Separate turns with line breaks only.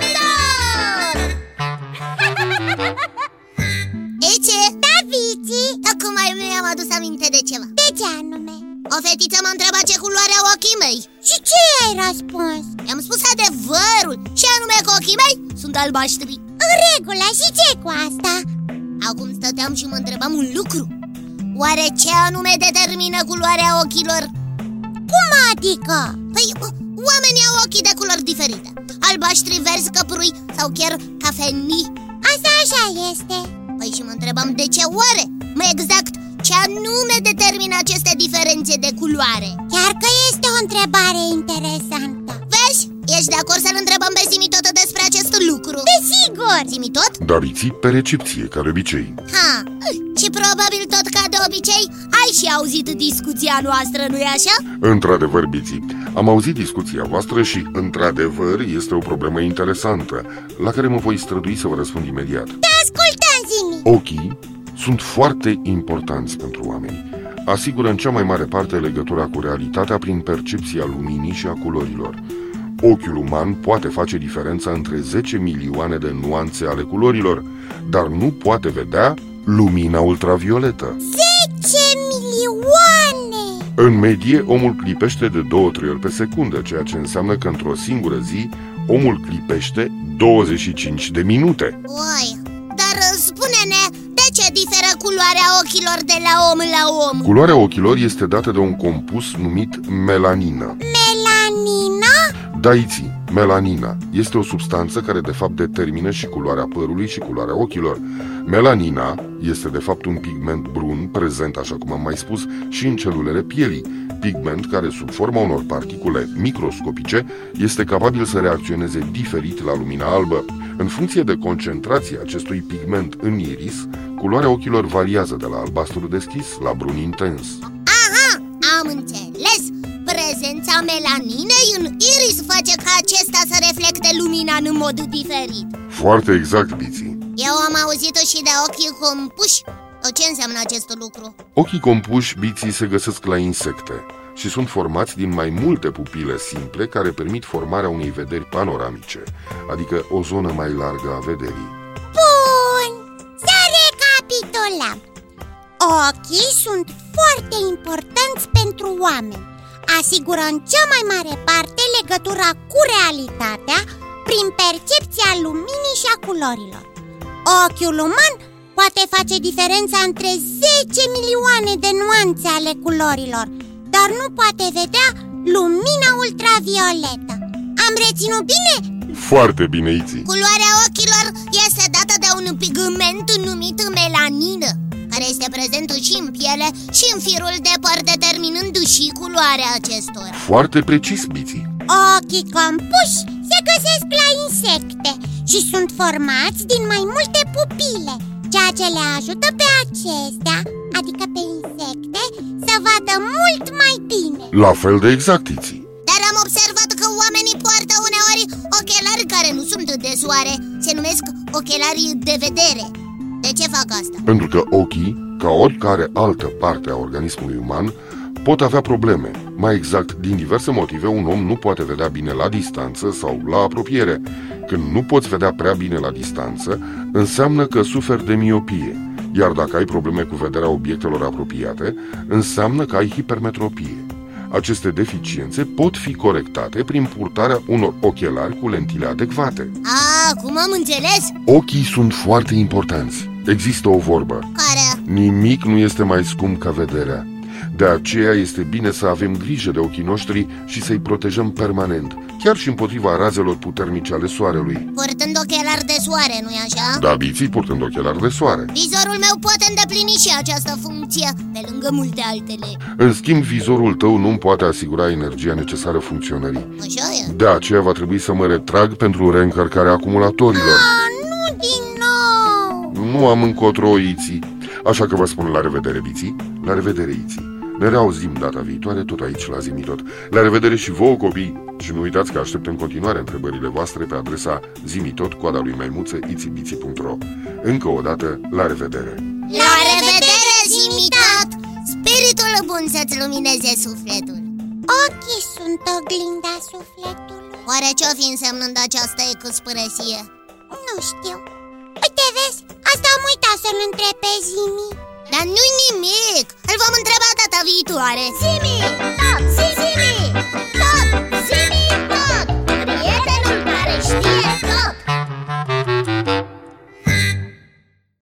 Da, O fetiță m-a întrebat ce culoare au ochii mei
Și ce ai răspuns?
I-am spus adevărul Și anume că ochii mei sunt albaștri
În regulă, și ce cu asta?
Acum stăteam și mă întrebam un lucru Oare ce anume determină culoarea ochilor?
Cum adică?
Păi, o- oamenii au ochii de culori diferite Albaștri, verzi, căprui sau chiar cafenii
Asta așa este
Păi și mă întrebam de ce oare? Mai exact, ce anume determină aceste diferențe de culoare?
Chiar că este o întrebare interesantă
Vezi? Ești de acord să-l întrebăm pe Simi tot despre acest lucru?
Desigur!
Simi tot?
Dariții pe recepție, ca de obicei.
Ha! Și probabil tot ca de obicei ai și auzit discuția noastră, nu-i așa?
Într-adevăr, Biții, am auzit discuția voastră și, într-adevăr, este o problemă interesantă, la care mă voi strădui să vă răspund imediat.
Te ascultăm, Zimi!
Ochii sunt foarte importanți pentru oameni. Asigură în cea mai mare parte legătura cu realitatea prin percepția luminii și a culorilor. Ochiul uman poate face diferența între 10 milioane de nuanțe ale culorilor, dar nu poate vedea lumina ultravioletă.
10 milioane!
În medie, omul clipește de 2-3 ori pe secundă, ceea ce înseamnă că într-o singură zi, omul clipește 25 de minute.
Oi, dar spune-ne, de ce diferă culoarea ochilor de la om la om?
Culoarea ochilor este dată de un compus numit melanină.
Melanina?
Daiții, melanina, este o substanță care de fapt determină și culoarea părului și culoarea ochilor. Melanina este de fapt un pigment brun prezent, așa cum am mai spus, și în celulele pielii, pigment care sub forma unor particule microscopice este capabil să reacționeze diferit la lumina albă. În funcție de concentrația acestui pigment în iris, culoarea ochilor variază de la albastru deschis la brun intens.
Aha, am înțeles! Prezența melaninei în iris face ca acesta să reflecte lumina în mod diferit
Foarte exact, Biții!
Eu am auzit și de ochii compuși Ce înseamnă acest lucru?
Ochii compuși biții se găsesc la insecte și sunt formați din mai multe pupile simple care permit formarea unei vederi panoramice, adică o zonă mai largă a vederii.
Bun! Să recapitulăm! Ochii sunt foarte importanți pentru oameni. Asigură în cea mai mare parte legătura cu realitatea prin percepția luminii și a culorilor. Ochiul uman poate face diferența între 10 milioane de nuanțe ale culorilor, dar nu poate vedea lumina ultravioletă. Am reținut bine?
Foarte bine, Iții!
Culoarea ochilor este dată de un pigment numit melanină care este prezent și în piele și în firul de păr, determinând și culoarea acestora
Foarte precis, biții!
Ochii compuși se găsesc la insecte și sunt formați din mai multe pupile, ceea ce le ajută pe acestea, adică pe insecte, să vadă mult mai bine.
La fel de exact, Iții!
Dar am observat că oamenii poartă uneori ochelari care nu sunt de soare Se numesc ochelari de vedere De ce fac asta?
Pentru că ochii, ca oricare altă parte a organismului uman, pot avea probleme. Mai exact, din diverse motive, un om nu poate vedea bine la distanță sau la apropiere. Când nu poți vedea prea bine la distanță, înseamnă că suferi de miopie. Iar dacă ai probleme cu vederea obiectelor apropiate, înseamnă că ai hipermetropie. Aceste deficiențe pot fi corectate prin purtarea unor ochelari cu lentile adecvate.
A, cum am înțeles?
Ochii sunt foarte importanți. Există o vorbă.
Care?
Nimic nu este mai scump ca vederea. De aceea este bine să avem grijă de ochii noștri și să-i protejăm permanent, chiar și împotriva razelor puternice ale soarelui.
Purtând ochelari de soare, nu-i așa?
Da, biții purtând ochelari de soare.
Vizorul meu poate îndeplini și această funcție, pe lângă multe altele
În schimb, vizorul tău nu poate asigura energia necesară funcționării.
Așa e?
De aceea va trebui să mă retrag pentru reîncărcarea acumulatorilor.
A, nu din nou!
Nu am încotro iții. Așa că vă spun la revedere, biții. La revedere, iții. Ne reauzim data viitoare tot aici la Zimitot. La revedere și vouă, copii! Și nu uitați că aștept în continuare întrebările voastre pe adresa zimitot, coada lui maimuță, itibiții.ro Încă o dată, la revedere!
La revedere, Zimitat! Spiritul bun să-ți lumineze sufletul
Ochii sunt oglinda sufletului.
Oare ce-o fi însemnând această ecuspărăsie?
Nu știu. Uite, vezi? Asta am uitat să-l întreb pe Zimi.
Dar nu-i nimic! Îl vom întreba data viitoare! Simi!